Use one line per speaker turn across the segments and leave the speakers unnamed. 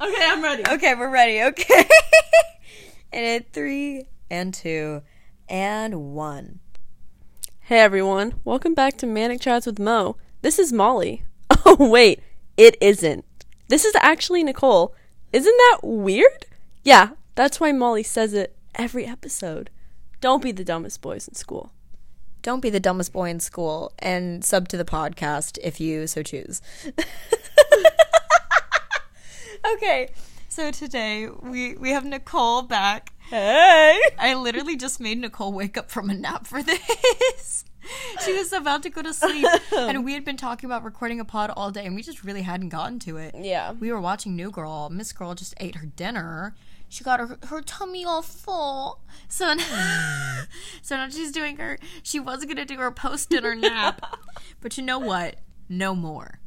I'm ready.
Okay, we're ready. Okay. and at three and two and one.
Hey everyone, welcome back to Manic Chats with Mo. This is Molly. Oh, wait, it isn't. This is actually Nicole. Isn't that weird? Yeah, that's why Molly says it every episode. Don't be the dumbest boys in school.
Don't be the dumbest boy in school and sub to the podcast if you so choose.
Okay. So today we we have Nicole back.
Hey.
I literally just made Nicole wake up from a nap for this. she was about to go to sleep, and we had been talking about recording a pod all day, and we just really hadn't gotten to it.
Yeah.
We were watching New Girl. Miss Girl just ate her dinner. She got her, her tummy all full. So now, so now she's doing her, she was going to do her post dinner nap. But you know what? No more.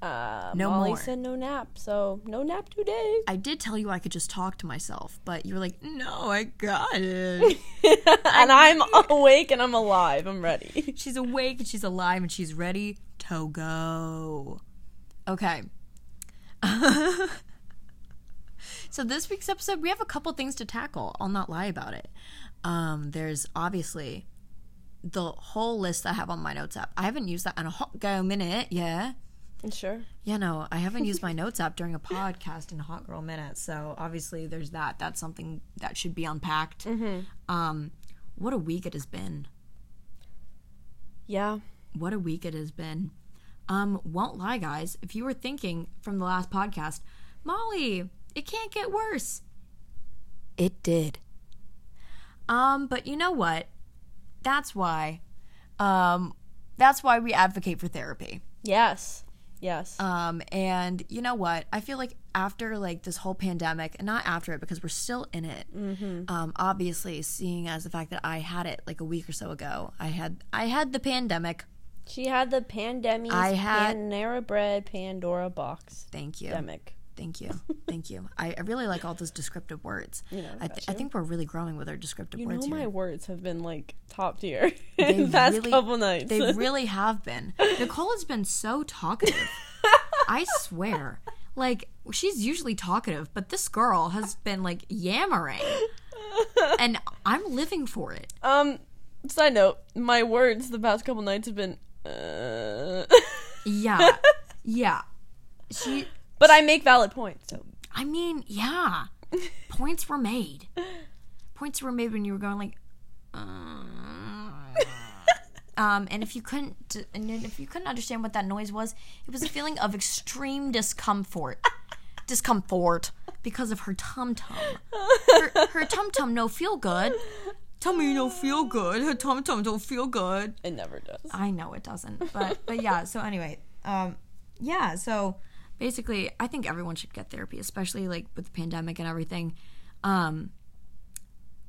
Uh,
No
Molly
more.
said no nap, so no nap today.
I did tell you I could just talk to myself, but you were like, no, I got it.
and I'm awake and I'm alive. I'm ready.
she's awake and she's alive and she's ready to go. Okay. so this week's episode, we have a couple things to tackle. I'll not lie about it. Um, there's obviously the whole list I have on my notes app. I haven't used that in a hot go minute, yeah.
Sure.
You know, I haven't used my notes app during a podcast in Hot Girl Minute, so obviously there's that. That's something that should be unpacked. Um, what a week it has been.
Yeah.
What a week it has been. Um, won't lie, guys. If you were thinking from the last podcast, Molly, it can't get worse. It did. Um, but you know what? That's why. Um, that's why we advocate for therapy.
Yes. Yes.
Um, and you know what? I feel like after like this whole pandemic, and not after it because we're still in it. Um, obviously, seeing as the fact that I had it like a week or so ago, I had I had the pandemic.
she had the pandemic.
I had-
Panera Bread Pandora box.
Thank you.
Pandemic.
Thank you. Thank you. I, I really like all those descriptive words. I, th- I think we're really growing with our descriptive
You
words
know my
here.
words have been like top tier in the past
really-
couple nights.
They really have been. Nicole has been so talkative. I swear. Like, she's usually talkative, but this girl has been like yammering. And I'm living for it.
um, side note, my words the past couple nights have been, uh...
Yeah. Yeah. She,
but I make valid points. So
I mean, yeah. Points were made. Points were made when you were going like, "Uh." um, and if you couldn't, and then if you couldn't understand what that noise was, it was a feeling of extreme discomfort, discomfort because of her tum tum. Her, her tum tum no feel good. Tummy no feel good. Her tum tum don't feel good.
it never does.
I know it doesn't, but but yeah. So anyway, um, yeah. So basically, I think everyone should get therapy, especially like with the pandemic and everything. Um,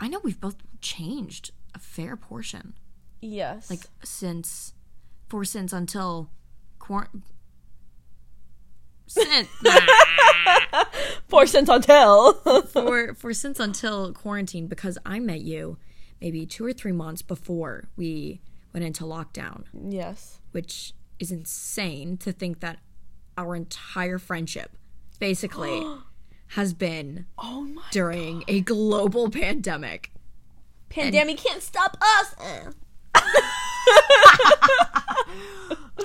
I know we've both changed a fair portion
Yes. Like
since, for since until, quar- since nah,
four cents on tail.
for for since until quarantine because I met you maybe two or three months before we went into lockdown.
yes.
which is insane to think that our entire friendship basically has been
Oh my.
during a global pandemic.
Pandemic can't stop us. Uh.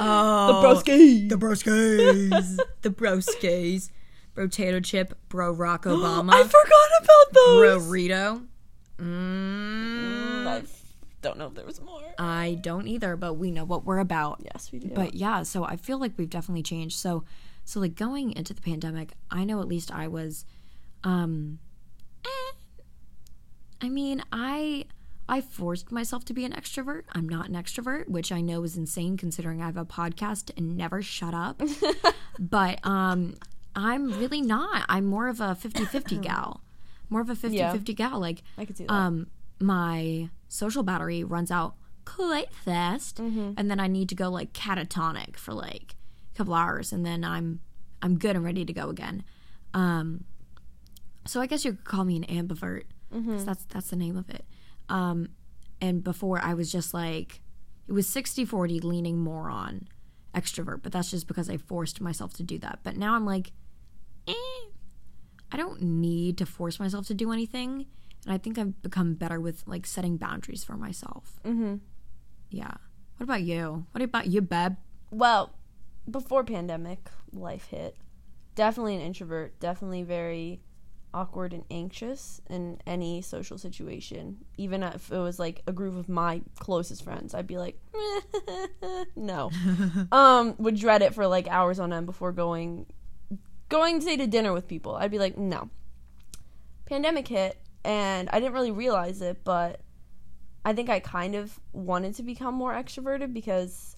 Oh,
Broski.
the broskies, the broskies, brotato chip, bro Rock
I
Obama,
forgot about
bro
those.
Rito. Mm,
I don't know if there was more.
I don't either, but we know what we're about.
yes, we do.
But yeah, so I feel like we've definitely changed. So so like going into the pandemic, I know at least I was um eh. I mean, I I forced myself to be an extrovert. I'm not an extrovert, which I know is insane considering I have a podcast and never shut up. but um I'm really not. I'm more of a 50/50 gal. More of a 50/50 gal like
I could see that.
um my social battery runs out quite fast and then i need to go like catatonic for like a couple hours and then i'm i'm good and ready to go again um so i guess you could call me an ambivert 'cause that's that's the name of it um and before i was just like it was 60 40 leaning more on extrovert but that's just because i forced myself to do that but now i'm like eh, I don't need to force myself to do anything. And I think I've become better with like setting boundaries for myself. Mm-hmm. Yeah. What about you? What about you, Beb?
Well, before pandemic, life hit. Definitely an introvert, definitely very awkward and anxious in any social situation. Even if it was like a group of my closest friends, I'd be like, no. um, would dread it for like hours on end before going going say to dinner with people. I'd be like, no. Pandemic hit and I didn't really realize it, but I think I kind of wanted to become more extroverted because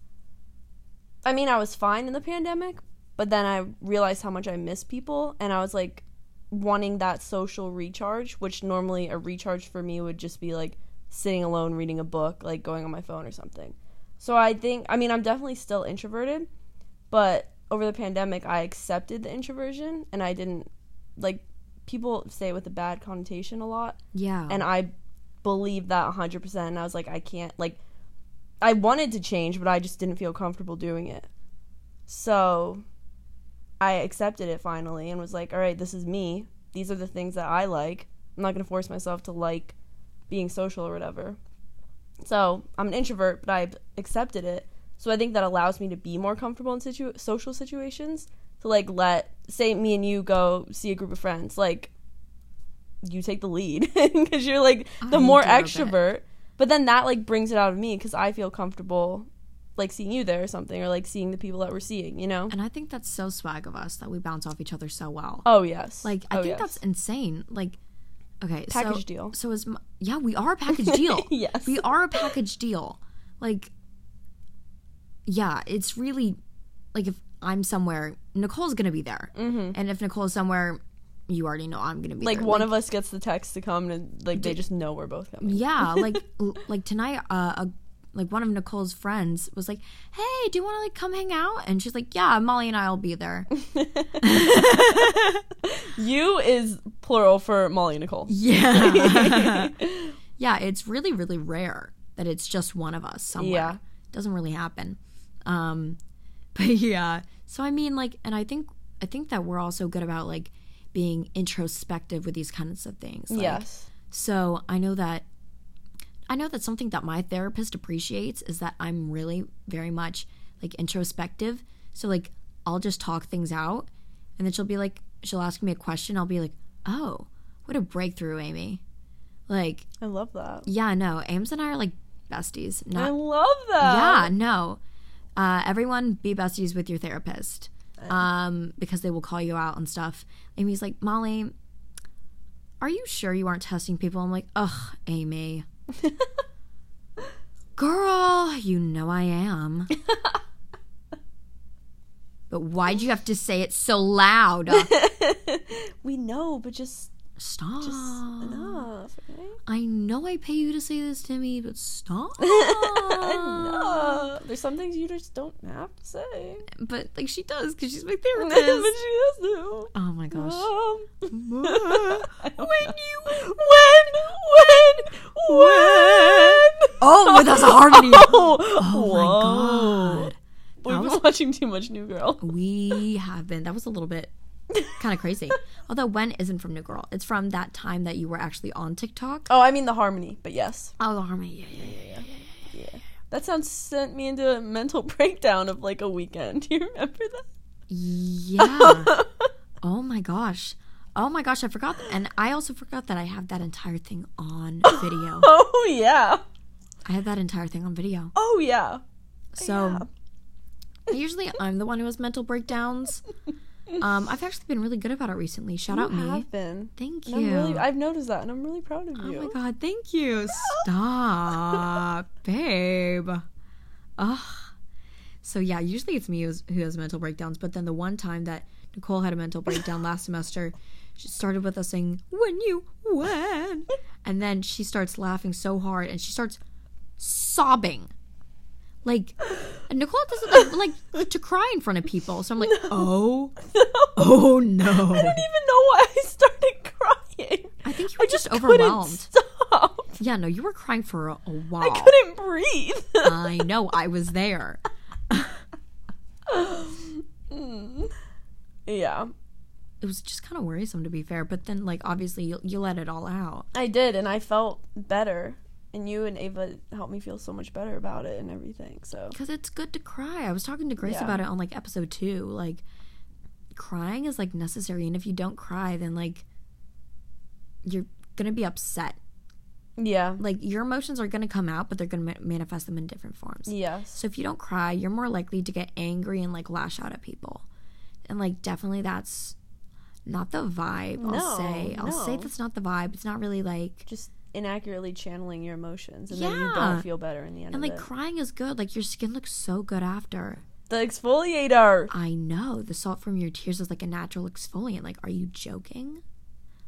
I mean, I was fine in the pandemic, but then I realized how much I miss people and I was like wanting that social recharge, which normally a recharge for me would just be like sitting alone reading a book, like going on my phone or something. So I think I mean, I'm definitely still introverted, but over the pandemic I accepted the introversion and I didn't like people say it with a bad connotation a lot
Yeah.
and I believed that 100%. And I was like, I can't, like, I wanted to change, but I just didn't feel comfortable doing it. So I accepted it finally and was like, all right, this is me. These are the things that I like. I'm not going to force myself to like being social or whatever. So I'm an introvert, but I've accepted it. So I think that allows me to be more comfortable in situ- social situations. To like let say me and you go see a group of friends, like you take the lead because you're like the
I
more
love it.
extrovert. But then that like brings it out of me because I feel comfortable like seeing you there or something, or like seeing the people that we're seeing. You know?
and I think that's so swag of us that we bounce off each other so well.
Oh yes.
Like I
Oh,
think
yes.
that's insane. Like okay, so,
Package deal.
So is m- yeah, we are a package deal.
Yes.
we are a package deal. Like yeah, it's really like if I'm somewhere, Nicole's gonna be there, mm-hmm. and if Nicole's somewhere, you already know I'm gonna be
like
there.
one of us gets the text to come and like they just know we're both coming.
Yeah, like l- like tonight, uh, a, like one of Nicole's friends was like, "Hey, do you want to like come hang out?" And she's like, "Yeah, Molly and I'll be there."
You is plural for Molly and Nicole.
Yeah, yeah, it's really really rare that it's just one of us somewhere.
Yeah.
doesn't really happen. Um, but yeah, so I mean, like, and I think I think that we're also good about like being introspective with these kinds of things. Like,
yes.
So I know that I know that something that my therapist appreciates is that I'm really very much like introspective. So like I'll just talk things out and then she'll be like she'll ask me a question, I'll be like, Oh, what a breakthrough, Amy. Like,
I love that.
yeah, no, Ames and I are like besties.
I
Not
love that.
Yeah, no. Uh, everyone be besties with your therapist. Um, because they will call you out and stuff. Amy's like, Molly, are you sure you aren't testing people? I'm like, ugh, Amy. Girl, you know I am. but why'd you have to say it so loud?
We know, but just
Stop.
enough. Right?
I know I pay you to say this to me, but stop.
Uh, there's some things you just don't have to say.
But like she does because she's my
but she
therapist.
does do.
oh my gosh.
Um,
when you
when when when.
Oh, that's a harmony.
Oh,
my
whoa.
god.
We've
That
been
was-
watching too much New Girl.
We have been. That was a little bit kind of crazy. Although when isn't from New Girl. It's from that time that you were actually on TikTok.
Oh, I mean the harmony, but yes.
Oh, the harmony. Yeah, yeah, yeah, yeah.
That sound sent me into a mental breakdown of like a weekend. Do you remember
Yeah.
that?
oh my gosh. Oh my gosh, I forgot. And I also forgot that I have that entire thing on video.
oh yeah.
I have that entire thing on video.
Oh yeah.
So usually I'm the one who has mental breakdowns. Um, I've actually been really good about it recently. Shout out me.
Have been.
Thank
And
you.
I'm really I've noticed that and I'm really proud of
Oh
you.
my god, thank you. Stop, babe. Ugh. So yeah, usually it's me who's, who has mental breakdowns, but then the one time that Nicole had a mental breakdown last semester, she started with us saying "When you when," and then she starts laughing so hard and she starts sobbing. Like and Nicole doesn't like, like to cry in front of people, so I'm like, oh, oh no.
I don't e- even know why I started crying.
I think you were just
couldn't
overwhelmed.
Stop.
Yeah, no, you were crying for a, a while.
I couldn't breathe.
I know. I was there.
yeah.
it was just kind of worrisome to be fair. But then like obviously you, you let it all out.
I did, and I felt better. And you and Ava helped me feel so much better about it and everything. So
Because it's good to cry. I was talking to Grace
Yeah.
about it on like episode two. Like, crying is like necessary, and if you don't cry, then like you're gonna be upset.
yeah,
Like your emotions are gonna come out, but they're gonna ma- manifest them in different forms.
yes,
So if you don't cry, you're more likely to get angry and like lash out at people, and like definitely that's not the vibe.
No,
I'll say. I'll say
no.
that's not the vibe. It's not really like
just inaccurately channeling your emotions, and then you
Yeah.
don't feel better in the end.
and
of
like
it.
crying is good. Like your skin looks so good after.
the exfoliator.
I know. The salt from your tears is like a natural exfoliant. Like, are you joking?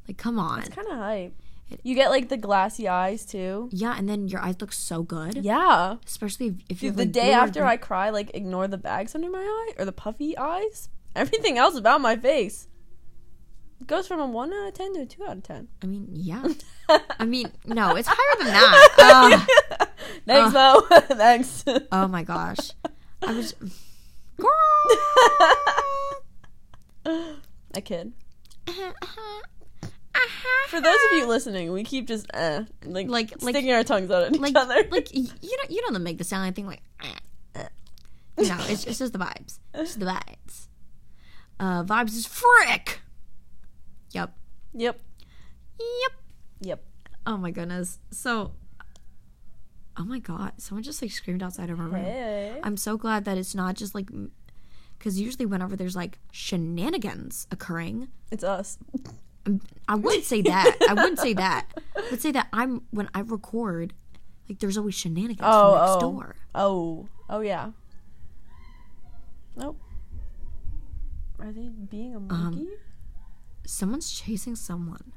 Like, come on.
It's kind of hype.
It-
You get like the glassy eyes too.
yeah, and then your eyes look so good.
Yeah.
Especially if, if you're
Dude, the
like,
day
blue or
after
green.
I cry, like ignore the bags under my eye or the puffy eyes. Everything else about my face goes from a one out of ten to a two out of ten.
I mean, yeah. I mean, no, it's higher than that. Uh. Ugh.
Thanks, Mo. Thanks.
oh my gosh. I was. Uh.
I kid.
Girl.
For those of you listening, we keep just uh, like,
Like-
sticking
like-
our tongues out at each
like,
other.
like y- you don't you don't make the sound. I think like, eh, eh. no, it's, it's just the vibes. It's just the vibes. Uh, vibes is frick. Yep.
yep,
Yep.
yep.
Oh my goodness. So, oh my god, someone just like screamed outside of our room.
Hey.
I'm so glad that it's not just like, because usually whenever there's like shenanigans occurring,
It's us.
I wouldn't say that. I wouldn't say that. I would say that I'm when I record, like there's always shenanigans
Oh,
from next
oh.
door.
Oh, oh yeah. Nope. Are they being a
Um,
monkey?
Someone's chasing someone.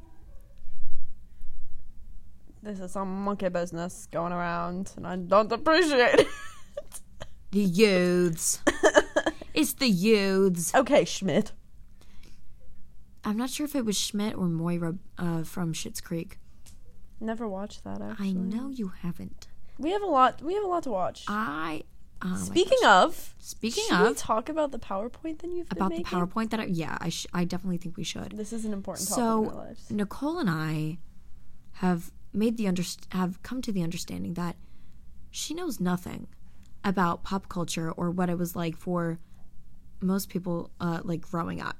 this is some monkey business going around, and I don't appreciate it.
The youths. it's the youths.
okay, Schmidt.
I'm not sure if it was Schmidt or Moira uh, from Schitt's Creek.
Never watched that. Actually,
I know you haven't.
we have a lot. We have a lot to watch.
I. Oh my
Speaking of,
Speaking
should we
of
talk about the PowerPoint that you've been
about the
making?
PowerPoint that I, yeah, I sh- I definitely think we should.
This is an important topic in our
So
lives.
Nicole and I have made the underst- have come to the understanding that she knows nothing about pop culture or what it was like for most people uh, like growing up,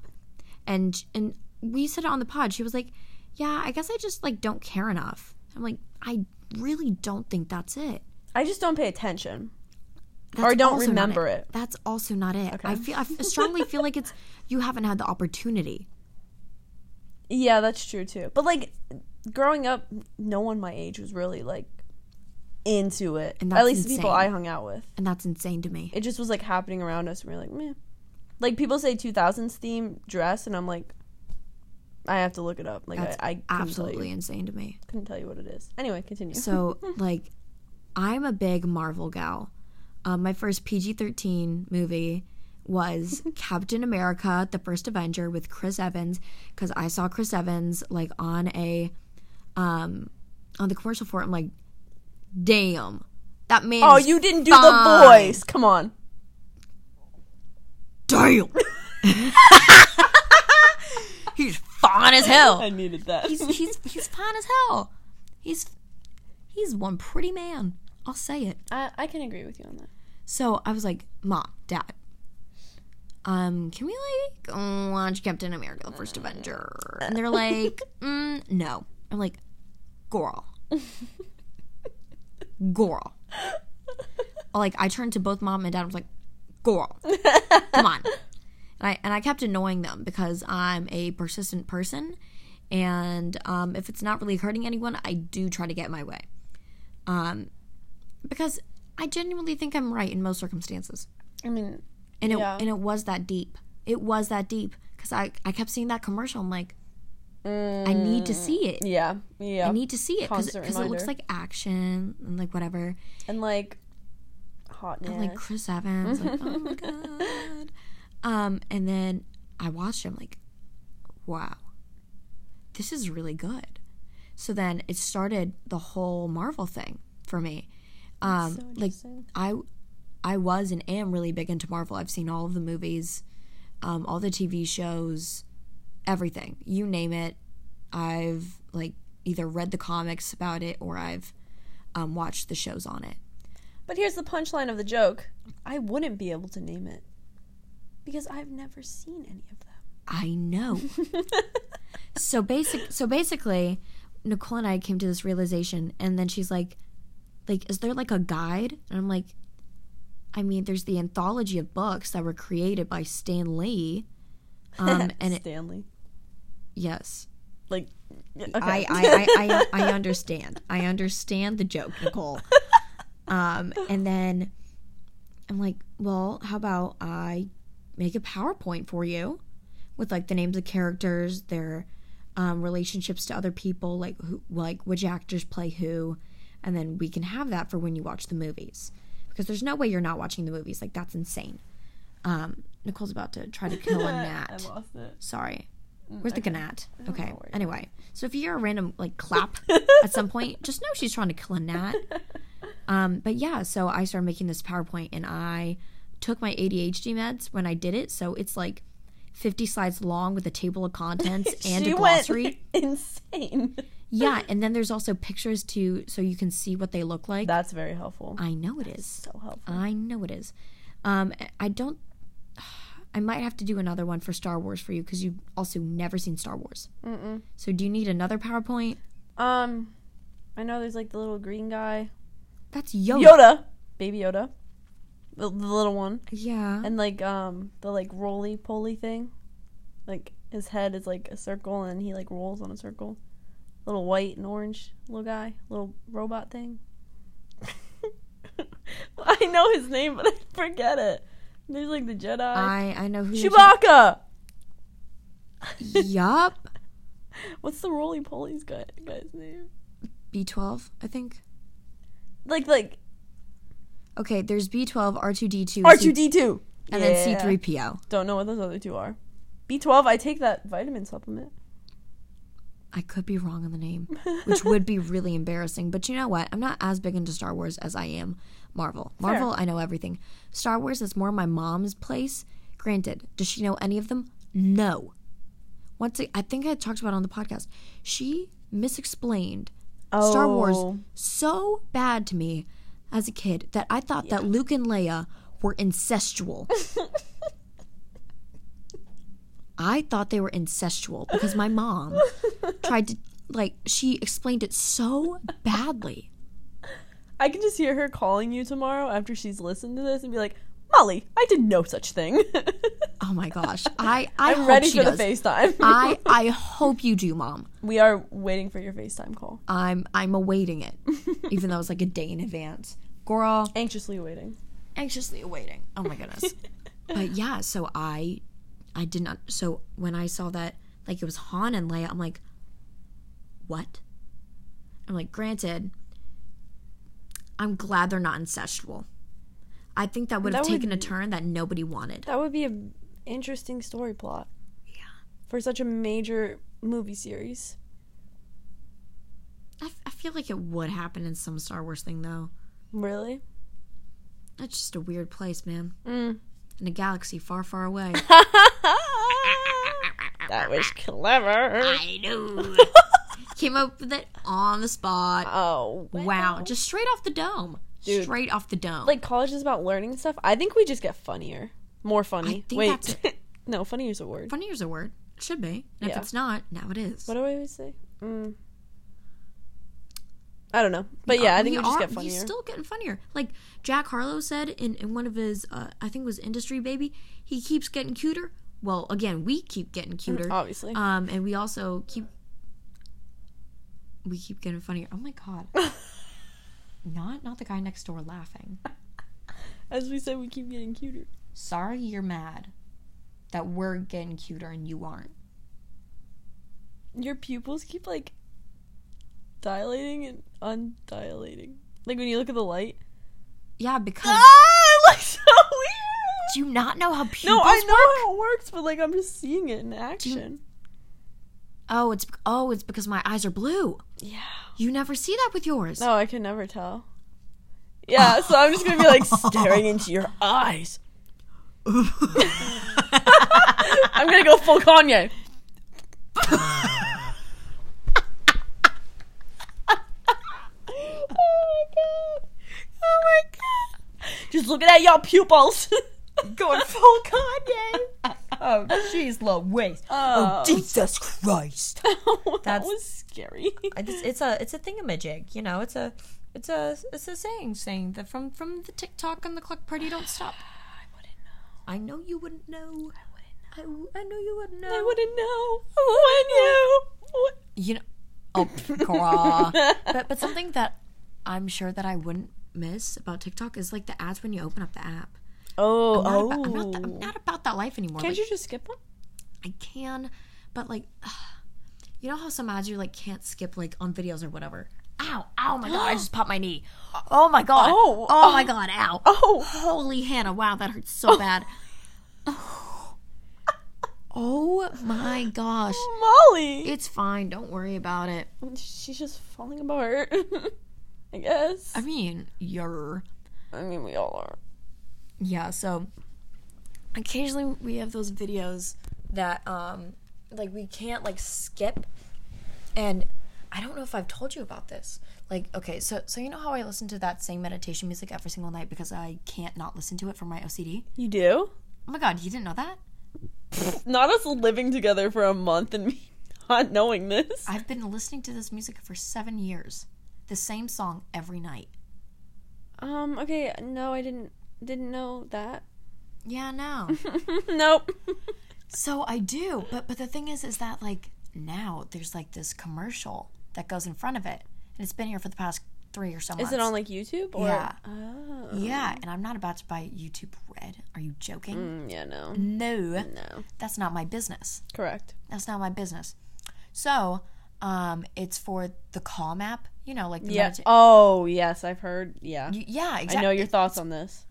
and and we said it on the pod. She was like, "Yeah, I guess I just like don't care enough." I'm like, I really don't think that's it.
I just don't pay attention.
That's
Or don't
also not
remember it.
That's also not it. I feel I f- strongly feel like it's you haven't had the opportunity.
Yeah, that's true too. But like, growing up, no one my age was really like into it.
And
At
that's
least the people
insane.
I hung out with.
And that's insane to me.
it just was like happening around us and we are like meh like people say 2000s theme dress and i'm like i have to look it up like
That's
i, I couldn't tell
absolutely
you,
insane to me.
couldn't tell you what it is anyway continue
So, like, I'm a big Marvel gal. Um, my first PG 13 movie was Captain America, the first Avenger with Chris Evans, because I saw Chris Evans, like, on a, um, on the commercial for it. I'm like, damn, that man.
oh
is
you didn't do
fine.
the voice come on
damn. he's fine as hell.
i needed that
He's he's he's fine as hell. He's he's one pretty man. I'll say it.
I, I can agree with you on that
So I was like, Mom, Dad, um, can we like watch Captain America: The First Avenger? And they're like, mm, No. I'm like, Girl, girl. Like I turned to both mom and dad. I was like, Girl, come on. And I and I kept annoying them because I'm a persistent person, and um, if it's not really hurting anyone, I do try to get my way. Um, because I genuinely think I'm right in most circumstances,
i mean
and it
Yeah.
and it was that deep. It was that deep because I I kept seeing that commercial. I'm like, I need to see it.
Mm, yeah yeah
I need to see it because
Mm. Constant
it looks
reminder.
like action and like whatever.
and like hotness
like Chris Evans. Like, oh my god. Um, and then I watched him like, wow, this is really good. So then it started the whole Marvel thing for me. Um,
so
like
interesting.
I, I was and am really big into Marvel. I've seen all of the movies, um, all the TV shows, everything. You name it. I've like either read the comics about it or I've um, watched the shows on it.
But here's the punchline of the joke I wouldn't be able to name it because I've never seen any of them.
I know. so basic so basically Nicole and I came to this realization and then she's like like is there like a guide? And I'm like I mean there's the anthology of books that were created by Stan Lee. Um and it,
Stanley.
yes.
Like, okay.
I, I, I, I I understand. I understand the joke, Nicole. Um and then I'm like, well, how about I make a PowerPoint for you with like the names of characters, their um, relationships to other people, like who, like which actors play who, and then we can have that for when you watch the movies because there's no way you're not watching the movies. Like that's insane. Um, Nicole's about to try to kill a
I
gnat.
lost it.
Sorry.
Mm,
Where's the gnat? Okay.
know where you
Anyway, so if you hear a random like clap at some point, just know she's trying to kill a gnat. Um, but yeah, so I started making this PowerPoint and I took my ADHD meds when I did it. So it's like 50 slides long with a table of contents and a
she
glossary.
went insane.
Yeah, and then there's also pictures too, so you can see what they look like.
That's very helpful.
I know it is.
So helpful.
I know it is. Um, I don't. I might have to do another one for Star Wars for you because you've also never seen Star Wars.
Mm-mm.
So do you need another PowerPoint?
Um, I know there's like the little green guy,
That's Yoda.
Yoda, baby Yoda, the, the little one,
Yeah.
and like um the like roly poly thing, like his head is like a circle and he like rolls on a circle. Little white and orange little guy, little robot thing. I know his name, but I forget it. There's like the Jedi.
I I know who. you're
Chewbacca.
talking- yup.
What's the roly poly's guy guy's name?
B twelve, I think.
Like like
Okay, there's B twelve, R two D two,
R two D two.
and then C three PO.
Don't know what those other two are. B twelve. I take that vitamin supplement.
I could be wrong on the name, which would be really embarrassing. But you know what? I'm not as big into Star Wars as I am Marvel. Marvel, I know everything. Star Wars is more my mom's place. Granted, does she know any of them? No. Once I, I think I talked about it on the podcast, she misexplained Star Wars
Oh.
so bad to me as a kid that I thought that Luke and Leia were incestual. I thought they were incestual because my mom tried to like she explained it so badly.
I can just hear her calling you tomorrow after she's listened to this and be like, Molly, I did no such thing.
Oh my gosh. I I
I'm
hope
ready
she
for
does.
the FaceTime.
I I hope you do, mom.
we are waiting for your FaceTime call.
I'm I'm awaiting it, even though it's like a day in advance. Girl,
Anxiously waiting.
anxiously awaiting. Oh my goodness. but yeah, so I I did not so when I saw that like it was Han and Leia, I'm like what? I'm like granted I'm glad they're not incestual. I think that would have
That would-
taken a turn that nobody wanted.
That would be an interesting story plot.
Yeah.
For such a major movie series.
I, f- I feel like it would happen in some Star Wars thing though.
Really?
That's just a weird place, man.
Mm.
In a galaxy far, far away.
That was clever.
I know. Came up with it on the spot.
Oh.
Wow, just straight off the dome. Straight off the dome.
like college is about learning stuff. I think we just get funnier, more funny.
think
Wait,
that's
no, funny is a word.
funny is a word. It should be. And if
Yeah.
it's not, now it is.
What do I always say? Mm. I don't know, but yeah, I think we, just get funnier.
He's still getting funnier. Like Jack Harlow said in, in one of his, uh, I think it was Industry Baby, he keeps getting cuter. Well, again, we keep getting cuter.
Obviously,
Um, and we also keep we keep getting funnier. Oh my god. not not the guy next door laughing.
as we said, we keep getting cuter.
Sorry you're mad that we're getting cuter and you aren't.
Your pupils keep like dilating and undilating. Like when you look at the light.
Yeah, because
Ah, it looks so weird.
do you not know how pupils
No, I know
work?
how it works, but like I'm just seeing it in action.
Oh, it's oh, it's because my eyes are blue.
Yeah.
You never see that with yours.
No, I can never tell. Yeah, so I'm just gonna be like staring into your eyes. I'm gonna go full Kanye.
Oh
Look at that, y'all pupils.
Going full Kanye. Uh, oh, jeez, little waste.
Oh,
Jesus Christ.
that
That's-
was scary.
I just- it's a it's a thingamajig, you know. It's a it's a it's a saying saying that from from the TikTok and the clock party don't stop. I know you wouldn't know. I, w- I know you wouldn't know.
I wouldn't know. Oh, I knew.
you know, oh, craw. but but something that I'm sure that I wouldn't miss about TikTok is like the ads when you open up the app. I'm
Oh,
not,
oh.
about, I'm, not I'm not about that life anymore.
Can't
Like,
you just skip them?
I can, but like, you know how some ads you like can't skip like on videos or whatever. Ow! Ow! My God! I just popped my knee. Oh my God!
Oh,
oh my God! Ow!
Oh,
Holy Hannah! Wow, that hurts so bad. Oh my gosh!
Molly.
It's fine. Don't worry about it.
She's just falling apart. I guess.
I mean, you're.
I mean, we all are.
yeah so occasionally we have those videos that um like we can't like skip and i don't know if i've told you about this like okay so so you know how i listen to that same meditation music every single night because i can't not listen to it for my ocd
You do?
oh my god you didn't know that
Not us living together for a month and me not knowing this.
i've been listening to this music for seven years the same song every night
Um. Okay. No, I didn't. Didn't know that.
yeah no
nope.
So I do, but but the thing is, is that like now there's like this commercial that goes in front of it, and it's been here for the past three or so months.
Is it on like YouTube or?
Yeah.
Oh.
Yeah, and I'm not about to buy YouTube Red. Are you joking?
Mm, yeah. No.
No,
No.
that's not my business.
Correct.
That's not my business. So, um, it's for the Calm app. You know, like the
Yeah.
medita-
Oh yes, I've heard. Yeah.
Y- yeah, exactly.
I know your thoughts on this.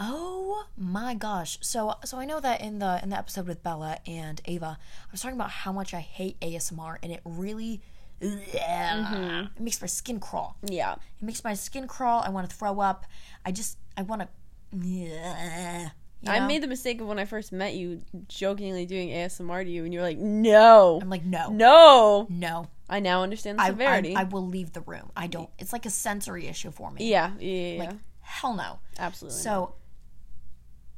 Oh my gosh. So so I know that in the in the episode with Bella and Ava, I was talking about how much I hate ASMR and it really
Mm-hmm.
it makes my skin crawl.
Yeah.
It makes my skin crawl. I want to throw up. I just I want to
I made the mistake of when I first met you, jokingly doing ASMR to you, and you were like, "No,
I'm like no.
no."
No.
I now understand the
I,
severity.
I I will leave the room. I don't. It's like a sensory issue for me.
yeah, yeah, yeah, yeah.
Hell no.
absolutely.
So,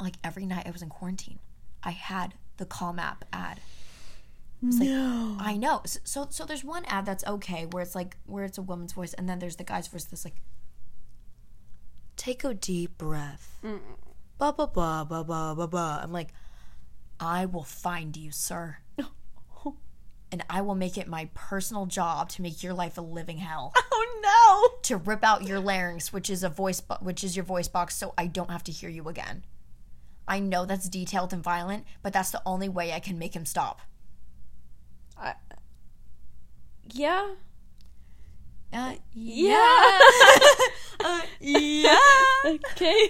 like every night I was in quarantine, I had the Calm app ad. I was like, I know. S- So, so there's one ad that's okay where it's like where it's a woman's voice, and then there's the guy's voice that's like, take a deep breath, blah blah blah blah blah blah blah. I'm like, I will find you, sir. And I will make it my personal job to make your life a living hell
oh no!
to rip out your larynx, which is a voice, bo- which is your voice box, so I don't have to hear you again. I know that's detailed and violent, but that's the only way I can make him stop.
I, yeah,
Uh,
yeah, Uh, yeah. okay,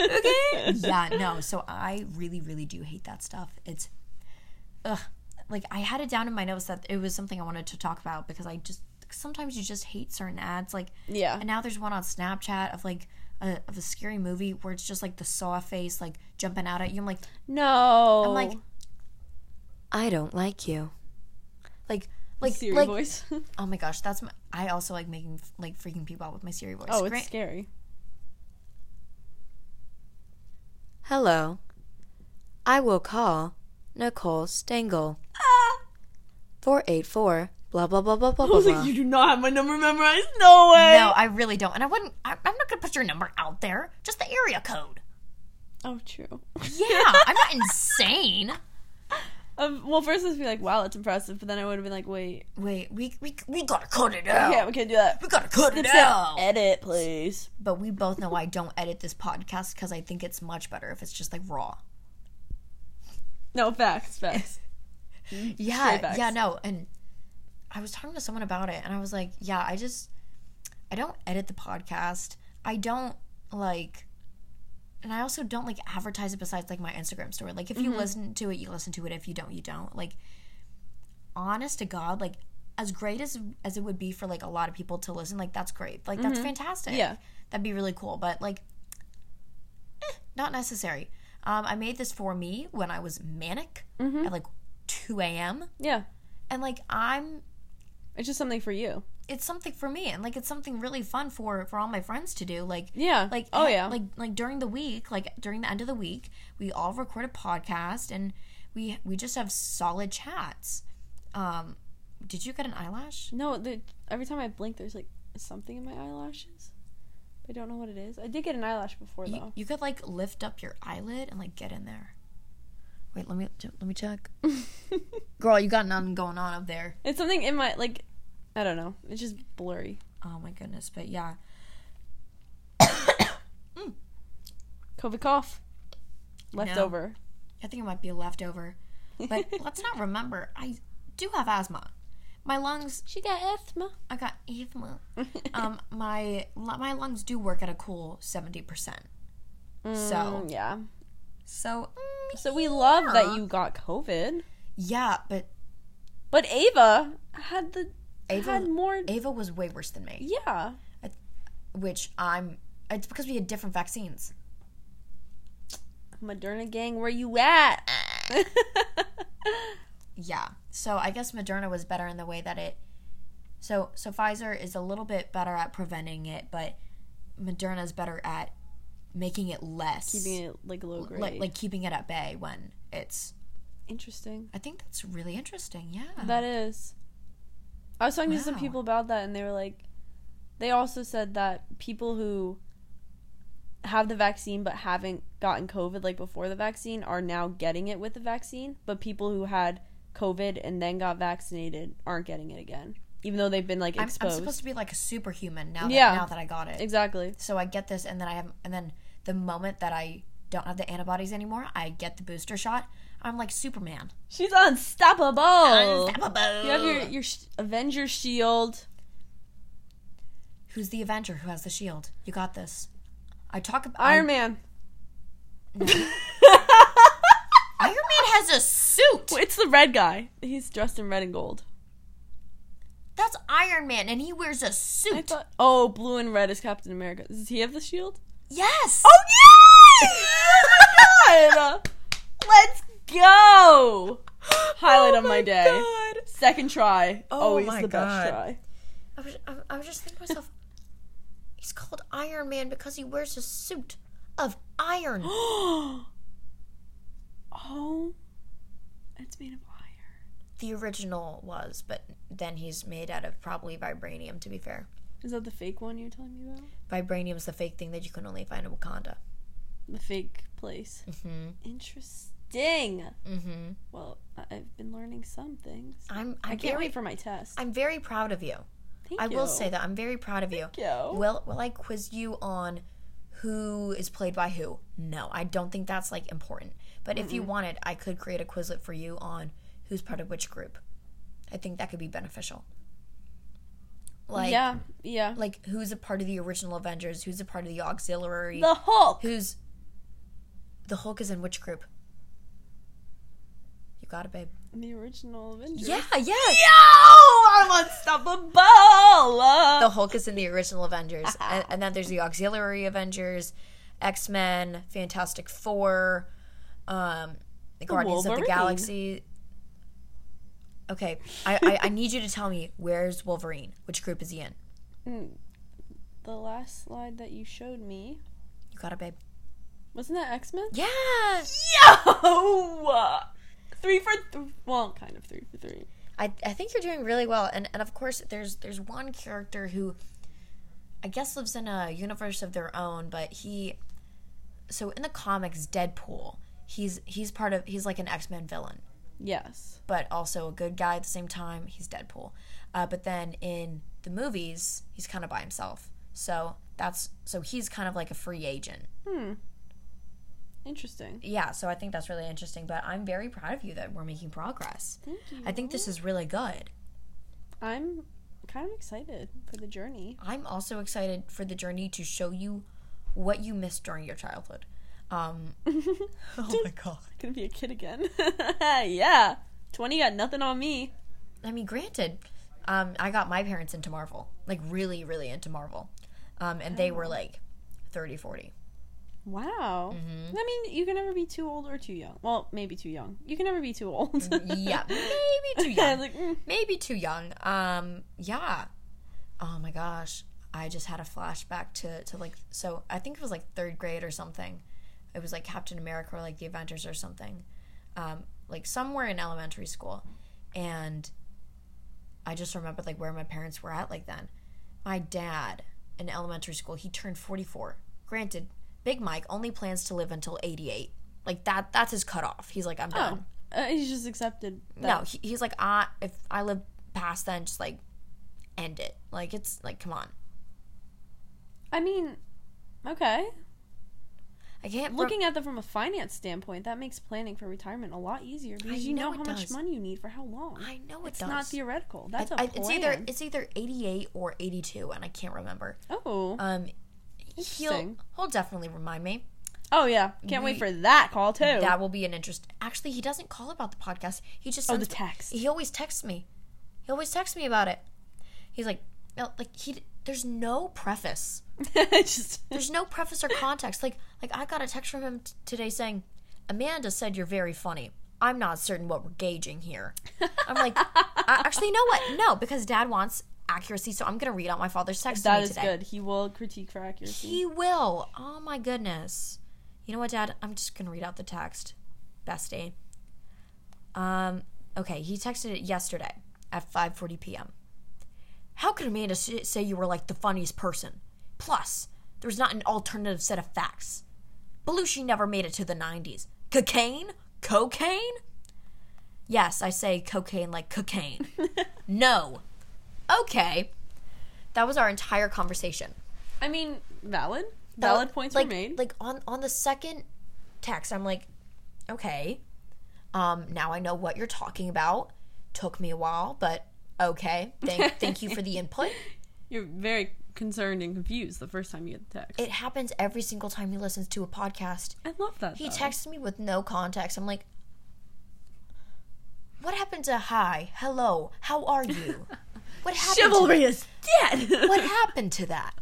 okay.
yeah, no. So I really, really do hate that stuff. It's, ugh. Like I had it down in my notes that it was something I wanted to talk about because I just sometimes you just hate certain ads. Like
Yeah.
And now there's one on Snapchat of like a, of a scary movie where it's just like the saw face like jumping out at you. I'm like,
No.
I'm like, Oh. I don't like you. Like, like,
Siri
like.
voice.
Oh my gosh, that's my. I also like making like freaking people out with my Siri voice.
oh, it's
Gra-
scary.
Hello. I will call Nicole Stengel.
Ah.
Four eight four blah blah blah blah blah
I was like, you do not have my number memorized. No way.
no, I really don't, and I wouldn't. I, I'm not gonna put your number out there. Just the area code.
Oh, true.
Yeah, I'm not insane.
Um, well, first I'd be like, wow, that's impressive, but then I would have been like, wait,
Wait, we we we gotta cut it out.
yeah, we can't do that.
We gotta cut it
Yeah.
out.
Edit, please.
But we both know I don't edit this podcast because I think it's much better if it's just like raw.
No facts, facts.
Yeah,
facts.
yeah, no. And I was talking to someone about it, and I was like, yeah, I just, I don't edit the podcast. I don't like, and I also don't like advertise it besides like my Instagram story. Like, if you listen to it, you listen to it. If you don't, you don't. Like, honest to God, like, as great as as it would be for like a lot of people to listen, like that's great. Like that's fantastic.
Yeah.
That'd be really cool. But like eh, not necessary. Um, I made this for me when
Mm.
I was manic at like 2 a.m.
Mm-hmm. yeah,
And like, I'm
It's just something for you.
it's something for me and like it's something really fun for for all my friends to do like
Yeah.
like
oh
ha-
yeah.
like like during the week like during the end of the week we all record a podcast and we we just have solid chats um did you get an eyelash
no, the, every time I blink, there's like something in my eyelashes. I don't know what it is. I did get an eyelash before
you,
though.
you could like lift up your eyelid and like get in there wait let me let me check girl you got nothing going on up there
it's something in my like. I don't know. It's just blurry.
oh my goodness but yeah
COVID cough. Leftover.
I think it might be a leftover but let's not remember I do have asthma my lungs
She got asthma.
I got asthma. um, my my lungs do work at a cool seventy percent. So
Mm, yeah.
so mm,
So we love
yeah.
that you got COVID.
yeah, but
But Ava had the
Ava-
had more.
Ava was way worse than me,
yeah.
which I'm. It's because we had different vaccines.
Moderna gang, where you at?
Yeah, so I guess Moderna was better in the way that it. So so Pfizer is a little bit better at preventing it, but Moderna is better at making it less,
Keeping it like low grade.
like like keeping it at bay when it's.
interesting.
I think that's really interesting. Yeah.
That is. I was talking to some
Wow.
people about that, and they were like, they also said that people who have the vaccine but haven't gotten COVID like before the vaccine are now getting it with the vaccine, but people who had COVID and then got vaccinated aren't getting it again, even though they've been like
I'm, I'm
exposed.
supposed to be like a superhuman now that,
Yeah.
now that I got it.
exactly.
So I get this, and then I have, and then the moment that I don't have the antibodies anymore, I get the booster shot. I'm like Superman.
She's unstoppable.
Unstoppable.
You have your your sh- Avenger shield.
Who's the Avenger? Who has the shield? You got this. I talk about
Iron Man.
Iron Man has a suit.
It's the red guy. He's dressed in red and gold.
That's Iron Man, and he wears a suit.
I thought. Oh, blue and red is Captain America. Does he have the shield?
yes.
Oh yeah! Let's go. Highlight
Oh
of my, day.
God.
Second try.
Oh
Always
my
the
God.
best try.
I was, I, I was just thinking to myself, he's called Iron Man because he wears a suit of iron.
oh, it's made of iron.
the original was, but then he's made out of probably vibranium, to be fair.
Is that the fake one you're telling me about?
Vibranium's the fake thing that you can only find in Wakanda.
The fake place.
Mm-hmm.
Interesting.
Mm-hmm.
Well, I- I've been learning some things.
I'm, I'm
I can't
very,
wait for my test.
I'm very proud of you.
Thank
I
you.
will say that I'm very proud of you.
Thank you.
Will Will I quiz you on who is played by who? No, I don't think that's like important. But if you wanted, I could create a Quizlet for you on who's part of which group. I think that could be beneficial. Like,
yeah, yeah.
like who's a part of the original Avengers? Who's a part of the auxiliary?
The Hulk.
Who's the Hulk is in which group? You got it, babe.
The original Avengers.
yeah.
Yo, I'm unstoppable.
The Hulk is in the original Avengers, and, and then there's the auxiliary Avengers, X Men, Fantastic Four, um, the Guardians of the
Wolverine.
Galaxy. Okay, I, I I need you to tell me where's Wolverine? Which group is he in?
Mm, The, last slide that you showed me
You got it, babe.
wasn't that X Men?
Yes.
Yo, three for th- well, kind of three for three.
I, I think you're doing really well, and and of course there's there's one character who, I guess lives in a universe of their own, but he, so in the comics Deadpool, he's he's part of he's like an X Men villain,
Yes.
but also a good guy at the same time. He's Deadpool, uh, but then in the movies he's kind of by himself, so that's so he's kind of like a free agent.
Hmm. Interesting.
Yeah, so I think that's really interesting. But I'm very proud of you that we're making progress.
Thank you.
I think this is really good.
I'm kind of excited for the journey.
I'm also excited for the journey to show you what you missed during your childhood. Um, oh my god!
Gonna be a kid again. yeah. Twenty got nothing on me.
I mean, granted, um, I got my parents into Oh. Marvel, like really, really into Marvel, um, and they were like 30, 40.
Wow. I mean, you can never be too old or too young. Well, maybe too young. You can never be too old.
yeah, maybe too
I was
young.
like, mm.
maybe too young. Um, yeah. Oh my gosh, I just had a flashback to to like so I think it was like third grade or something. It was like Captain America or like the Avengers or something, um, like somewhere in elementary school, and I just remembered like where my parents were at like then. My dad in elementary school he turned forty four. Granted, Big Mike only plans to live until eighty eight. Like that that's his cutoff. He's like I'm done.
Uh, he's just accepted.
No, he, he's like, I if I live past then, just like end it. Like it's like, come on.
I mean, okay.
I can't look.
Looking at them from a finance standpoint, that makes planning for retirement a lot easier because
I
you
know
know,
it
how
does.
much money you need for how long.
I know it
it's
does.
not theoretical.
I-
That's a
I-
plan.
it's either it's either eighty eight or eighty two, and I can't remember.
oh,
Um, he'll
Interesting.
he'll definitely remind me.
oh yeah. Can't
we-
wait for that call too.
That will be an interest. Actually, he doesn't call about the podcast. He just
Oh, the
sends me-
text.
He always texts me. He always texts me about it. He's like, no, like he. There's no preface.
just
There's no preface or context. Like, like I got a text from him t- today saying, "Amanda said you're very funny. I'm not certain what we're gauging here." I'm like, I, actually, you know what? No, because Dad wants accuracy, so I'm gonna read out my father's text to
that
me
is
today.
good. He will critique for accuracy.
He will. Oh my goodness. You know what, Dad? I'm just gonna read out the text. Bestie. Um. Okay, he texted it yesterday at 5:40 p.m. How could Amanda s- say you were like the funniest person? Plus, there's not an alternative set of facts. Belushi never made it to the 90s. Cocaine? Cocaine? Yes, I say cocaine like cocaine. no. Okay. That was our entire conversation
I mean, valid. Valid
like-
points
like,
were made.
Like on on the second text, I'm like, okay, um, now I know what you're talking about. Took me a while, but okay. Thank thank you for the input.
You're very concerned and confused the first time you get the text.
It happens every single time he listens to a podcast.
I love that.
He
though.
texts me with no context. I'm like, what happened to hi, hello, how are you? What happened? to-
Chivalry is dead.
what happened to that?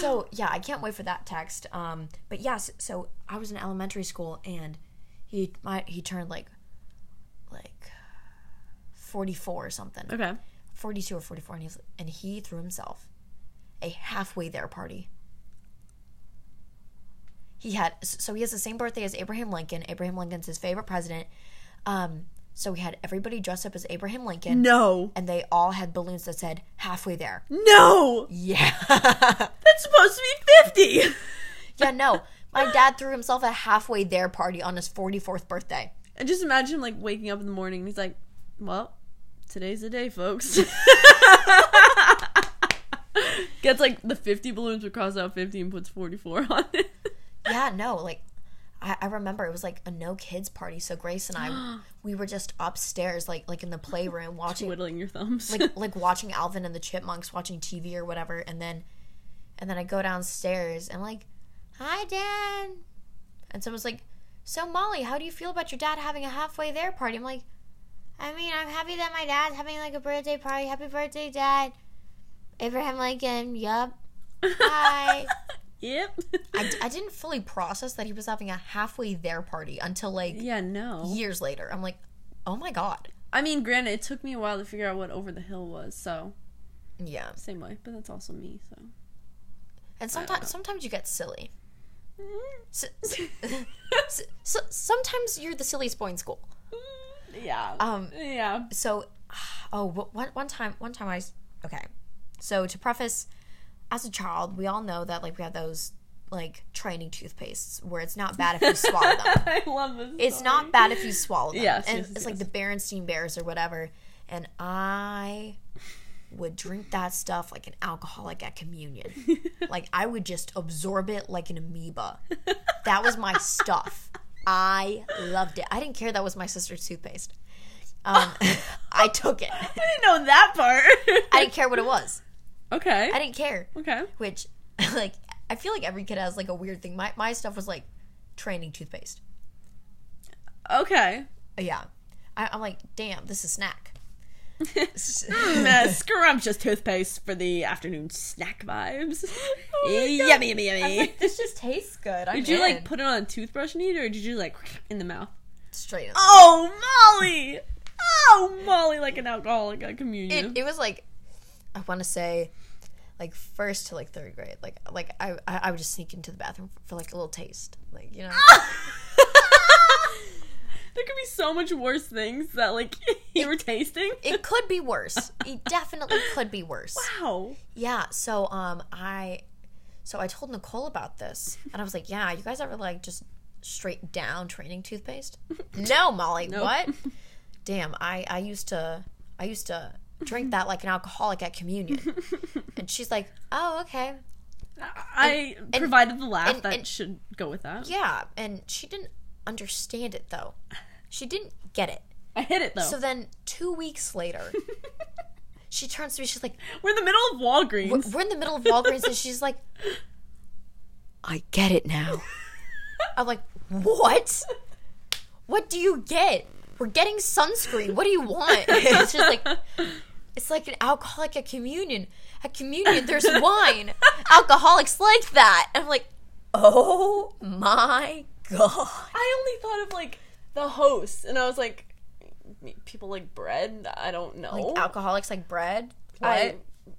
So yeah, I can't wait for that text. Um, but yes, so I was in elementary school and he my he turned like like forty four or something,
okay.
forty two or forty four, and he's and he threw himself a halfway there party. He had so he has the same birthday as Abraham Lincoln. Abraham Lincoln's his favorite president. Um, so he had everybody dressed up as Abraham Lincoln,
No.
and they all had balloons that said "halfway there."
No.
Yeah.
That's supposed to be 50.
Yeah, no. My dad threw himself a halfway there party on his 44th birthday.
I just imagine him, like waking up in the morning and he's like, "Well, today's the day, folks." Gets like the 50 balloons but cross out 50 and puts 44 on it.
Yeah, no. Like, I, I remember it was like a no kids party. So Grace and I, we were just upstairs, like like in the playroom, watching
Twiddling your thumbs.
like like watching Alvin and the Chipmunks, watching TV or whatever, and then and then I go downstairs and like, hi Dad, and someone's like, so Molly, how do you feel about your dad having a halfway there party? I'm like, I mean, I'm happy that my dad's having like a birthday party. Happy birthday, Dad. Abraham Lincoln. Yup. Hi.
yep.
I, I didn't fully process that he was having a halfway there party until like
yeah, no.
years later. I'm like, oh my god.
I mean, granted, it took me a while to figure out what Over the Hill was, so
Yeah.
same way, but that's also me, so.
And sometimes sometimes you get silly. S-
Mm.
s- so, sometimes you're the silliest boy in school.
yeah.
Um,
yeah.
So, oh, wh- one one time, one time I s- okay. So to preface, as a child, we all know that like we have those like training toothpastes where it's not bad if you swallow them.
I love this.
It's not bad if you swallow them.
Yes,
and
yes,
it's like
yes.
the Berenstein Bears or whatever. And I would drink that stuff like an alcoholic at communion. like I would just absorb it like an amoeba. That was my stuff. I loved it. I didn't care that was my sister's toothpaste. Um, I took it.
I didn't know that part.
I didn't care what it was.
okay.
I didn't care.
okay.
Which, like, I feel like every kid has like a weird thing. My my stuff was like training toothpaste.
Okay.
Yeah. I, I'm like, damn, this is snack. Oh
Mm, uh, scrumptious toothpaste for the afternoon snack vibes. Oh yummy, yummy, yummy.
this just tastes good. I'm
did you like
in.
put it on a toothbrush and eat, it, or did you like in the mouth?
straight? Up.
Oh, Molly! Oh, Molly, like an alcoholic on communion.
It, it was like I want to say like first to like third grade. Like like I I, I would just sneak into the bathroom for, like a little taste. Like you know.
there could be so much worse things that like you were tasting.
It could be worse. It definitely could be worse.
wow.
Yeah. So um, I, so I told Nicole about this, and I was like, "Yeah, you guys ever like just straight down training toothpaste?" no, Molly. What? Damn. I I used to I used to drink that like an alcoholic at communion, and she's like, "Oh, okay,
I provided the laugh
and-
that
and-
should go with that.
yeah." And she didn't understand it though. She didn't get it.
I hit it though.
So then two weeks later, she turns to me. She's like,
we're in the middle of Walgreens.
we're in the middle of Walgreens and she's like, I get it now. I'm like, what? What do you get? We're getting sunscreen. What do you want? It's just like, it's like an alcoholic at communion. At communion, there's wine. Alcoholics like that. I'm like, oh my god.
I only thought of like the host, and I was like, people like bread. I don't know.
Alcoholics like bread.
I
What?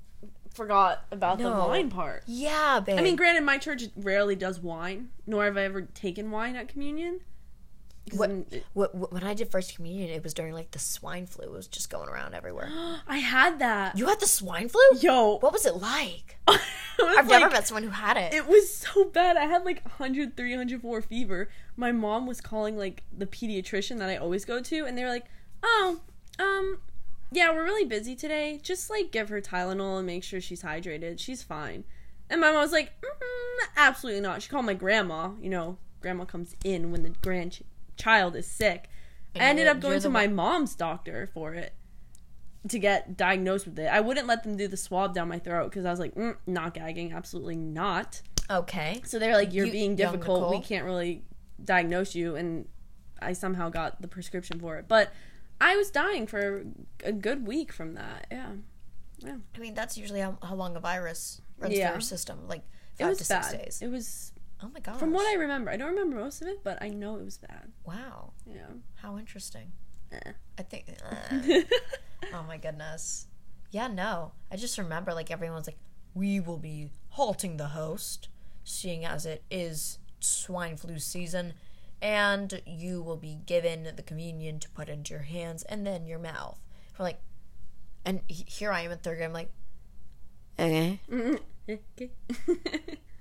forgot about the
No.
wine part.
yeah, babe.
I mean, granted, my church rarely does wine, nor have I ever taken wine at communion. 'Cause
What-
I'm-
Wh- wh- when I did first communion, it was during like the swine flu. It was just going around everywhere.
I had that.
You had the swine flu?
Yo,
What was it like?
it was
I've
like-
never met someone who had it.
It was so bad. I had like 100, 300, 4 fever. My mom was calling like the pediatrician that I always go to, and they were like, "Oh, um, yeah, we're really busy today. Just like give her Tylenol and make sure she's hydrated. She's fine." And my mom was like, mm, "Absolutely not." She called my grandma. You know, grandma comes in when the grandchild is sick. I ended
you're-
up
you're
going to
the
my mom's doctor for it to get diagnosed with it. I wouldn't let them do the swab down my throat because I was like, mm, not gagging, absolutely not.
okay.
So they're like, "You're
You-
being
young
difficult. We
Nicole?
can't really diagnose you." And I somehow got the prescription for it, but I was dying for a good week from that. Yeah,
I mean, that's usually how, how long a virus runs
Yeah.
through your system, like
it
five
was
to six
bad.
days.
It was,
oh my gosh.
from what I remember, I don't remember most of it, but I know it was bad.
Wow.
Yeah,
How interesting.
Eh.
I think. uh, oh my goodness. Yeah, no. I just remember like everyone's like, we will be halting the host, seeing as it is swine flu season, and you will be given the communion to put into your hands and then your mouth. We're like, and he- here I am in third grade. I'm like, okay,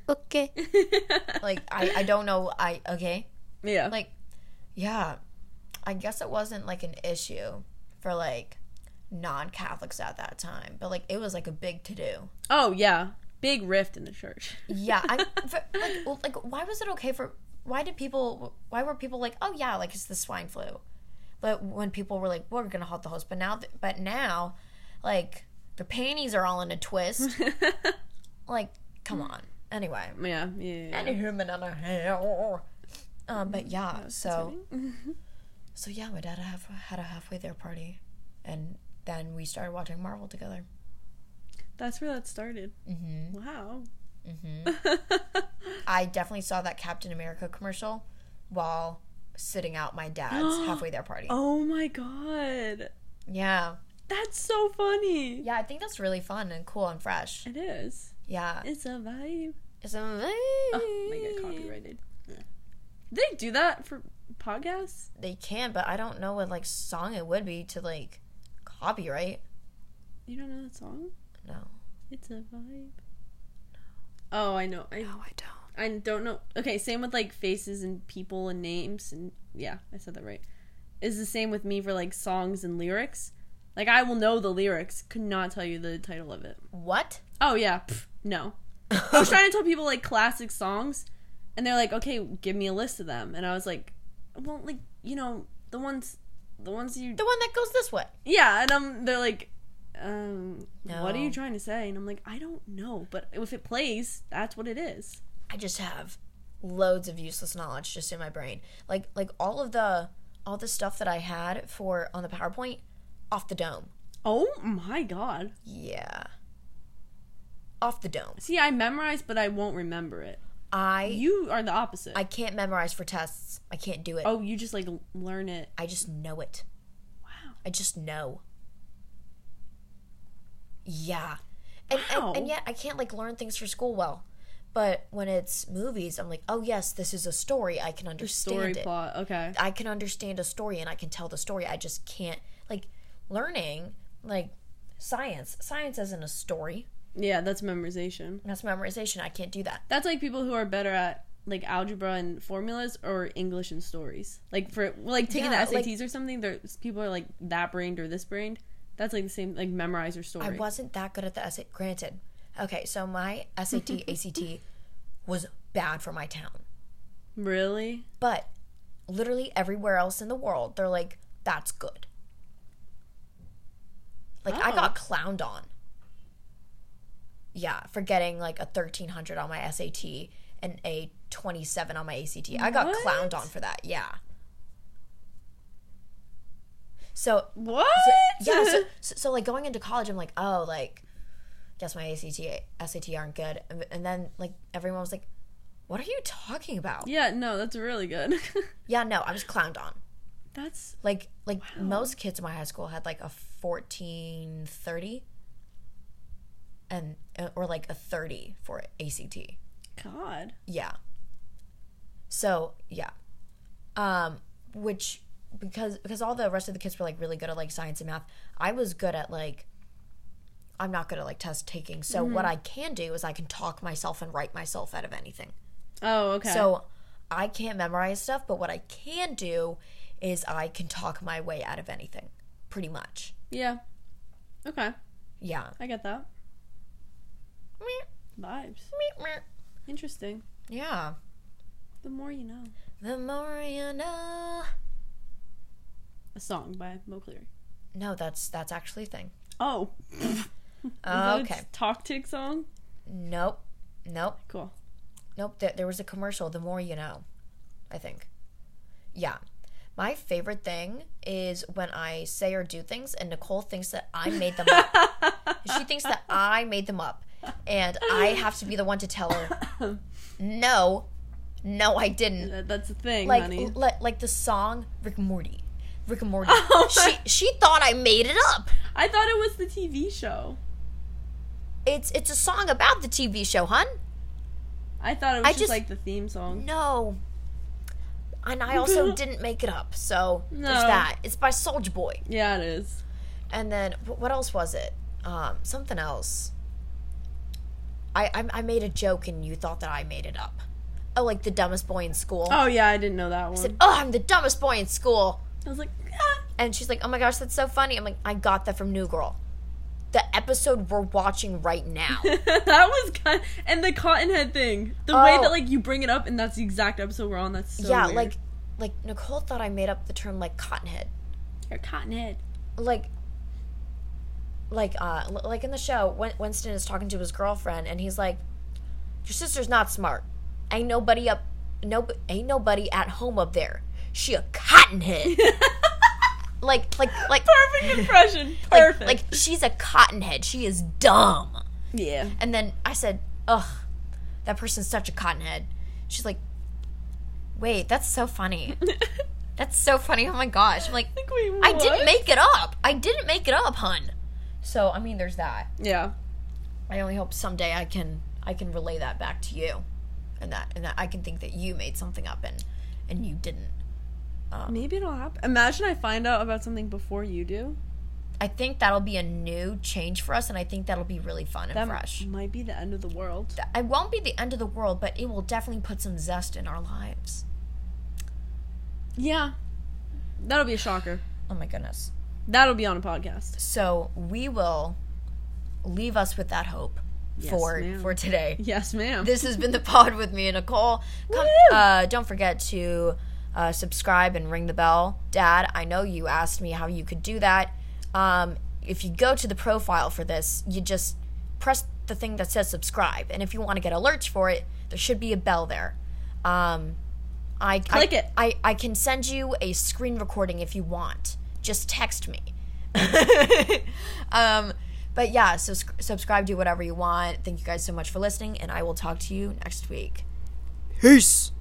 okay. like I, I don't know. I okay.
yeah,
Like, yeah, I guess it wasn't like an issue for like non Catholics at that time, but like it was like a big to do.
oh yeah, big rift in the church.
Yeah, I for, like well, like why was it okay for why did people why were people like oh yeah like it's the swine flu, but when people were like we're gonna halt the host, but now th- but now like their panties are all in a twist. like, come on. Anyway,
yeah, yeah, yeah,
any human on a hill. Um, but yeah, so.
yeah.
So yeah, my dad have, had a halfway there party, and then we started watching Marvel together.
That's where that started.
Mm-hmm.
Wow.
Mm-hmm. I definitely saw that Captain America commercial while sitting out my dad's halfway there party.
oh my god,
Yeah,
that's so funny.
yeah, I think that's really fun and cool and fresh.
It is.
Yeah,
It's a vibe.
it's a
Oh, might Oh, get copyrighted. Did they do that for podcasts?
They can, but I don't know what like song it would be to like copyright.
You don't know that song?
No,
It's a vibe. Oh, I know. I
I don't.
I don't know. Okay, same with like faces and people and names and yeah, I said that right. Is the same with me for like songs and lyrics. Like I will know the lyrics, could not tell you the title of it.
What?
Oh yeah, pff, no. I was trying to tell people like classic songs, and they're like, "Okay, give me a list of them." And I was like, "Well, like you know the ones, the ones you
the one that goes this way.
Yeah, and um, they're like, um, what are
No.
you trying to say? And I'm like, I don't know, but if it plays, that's what it is.
I just have loads of useless knowledge just in my brain. Like like all of the all the stuff that I had for on the PowerPoint off the dome.
Oh my god.
Yeah. Off the dome.
See, I memorize, but I won't remember it.
I
You are the opposite.
I can't memorize for tests. I can't do it.
oh, you just like l- learn it.
I just know it.
Wow.
I just know. Yeah. And,
Wow.
and and yet I can't like learn things for school well. But when it's movies, I'm like, "Oh yes, this is a story. I can understand
Story
it.
plot. Okay.
I can understand a story and I can tell the story. I just can't like learning like science. Science isn't a story.
Yeah, that's memorization.
That's memorization. I can't do that.
That's like people who are better at like algebra and formulas or English and stories. Like for like taking
Yeah,
the
like-
SATs or something, there's people are like that brained or this brained. That's like the same like memorize or story.
I wasn't that good at the SAT. Granted, okay, so my SAT ACT was bad for my town,
really?
but literally everywhere else in the world, they're like, "That's good." Like I
Oh.
got clowned on. Yeah, for getting like a thirteen hundred on my SAT and a twenty seven on my ACT. I got
What?
clowned on for that. Yeah. So
What?
yeah, so, so, so like going into college, I'm like, oh, like, guess my ACT, SAT aren't good. And, and then like everyone was like, what are you talking about? Yeah,
yeah, no, that's really good.
no, I was clowned on.
that's
Like, like most kids in my high school had like a 1430 and, uh, or like a 30 for ACT.
God.
Yeah. So yeah, um, which because because all the rest of the kids were like really good at like science and math, I was good at like. I'm not good at like test taking, so what I can do is I can talk myself and write myself out of anything.
Oh, okay.
So I can't memorize stuff, but what I can do is I can talk my way out of anything, pretty much.
yeah. Okay,
Yeah.
I get that.
Meh,
Vibes.
meh, meh.
Interesting.
Yeah.
The more you know.
The more you know.
A song by Mo Cleary.
No, that's that's actually a thing.
Oh.
okay.
Talk tick song.
Nope. Nope.
Cool.
Nope, there, there was a commercial, The More You Know, I think. Yeah. My favorite thing is when I say or do things and Nicole thinks that I made them up. she thinks that I made them up. And I have to be the one to tell her, no, no, I didn't.
That, Uh, that's the thing,
Like,
honey.
li- like the song Rick and Morty. Rick and Morty. she, she thought I made it up.
I thought it was the TV show.
It's, it's a song about the TV show, hun.
I thought it was
I
just,
just-
like the theme song.
No. And I also didn't make it up, so
No.
there's that. It's by Soldier Boy.
Yeah, it is.
And then wh- what else was it? Um, something else. I, I I made a joke and you thought that I made it up. Oh, like the dumbest boy in school.
Oh yeah, I didn't know that
I said,
one.
"Oh, I'm the dumbest boy in school,"
I was like, ah.
and she's like, "Oh my gosh, that's so funny." I'm like, "I got that from New Girl, the episode we're watching right now."
that was kind. and the Cottonhead thing. The way
Oh.
that like you bring it up, and that's the exact episode we're on. That's so
yeah,
weird.
like like Nicole thought I made up the term like cottonhead.
You're Cottonhead.
like like uh l- like in the show when winston is talking to his girlfriend and he's like your sister's not smart ain't nobody up no ain't nobody at home up there she a cottonhead like like like
Perfect impression.
like,
Perfect.
like she's a cottonhead she is dumb
yeah.
and then i said ugh that person's such a cottonhead she's like wait that's so funny that's so funny oh my gosh I'm like
Like, wait,
I didn't
what?
make it up. I didn't make it up, hun. So I mean, there's that.
Yeah.
I only hope someday I can I can relay that back to you, and that and that I can think that you made something up and and you didn't.
Maybe it'll happen. Imagine I find out about something before you do.
I think that'll be a new change for us, and I think that'll be really fun and
That
fresh.
might be the end of the world.
It won't be the end of the world, but it will definitely put some zest in our lives.
Yeah. That'll be a shocker.
Oh my goodness.
That'll be on a podcast.
So we will leave us with that hope
Yes,
for
ma'am.
for today.
Yes, ma'am.
this has been the pod with me and Nicole. Come,
Woo!
uh, don't forget to uh, subscribe and ring the bell. Dad, I know you asked me how you could do that. Um, if you go to the profile for this, you just press the thing that says subscribe, and if you want to get alerts for it, there should be a bell there. Um, I
Click
I,
it.
I I can send you a screen recording if you want. Just text me. um, but yeah, so sc- subscribe, do whatever you want. Thank you guys so much for listening, and I will talk to you next week. Peace.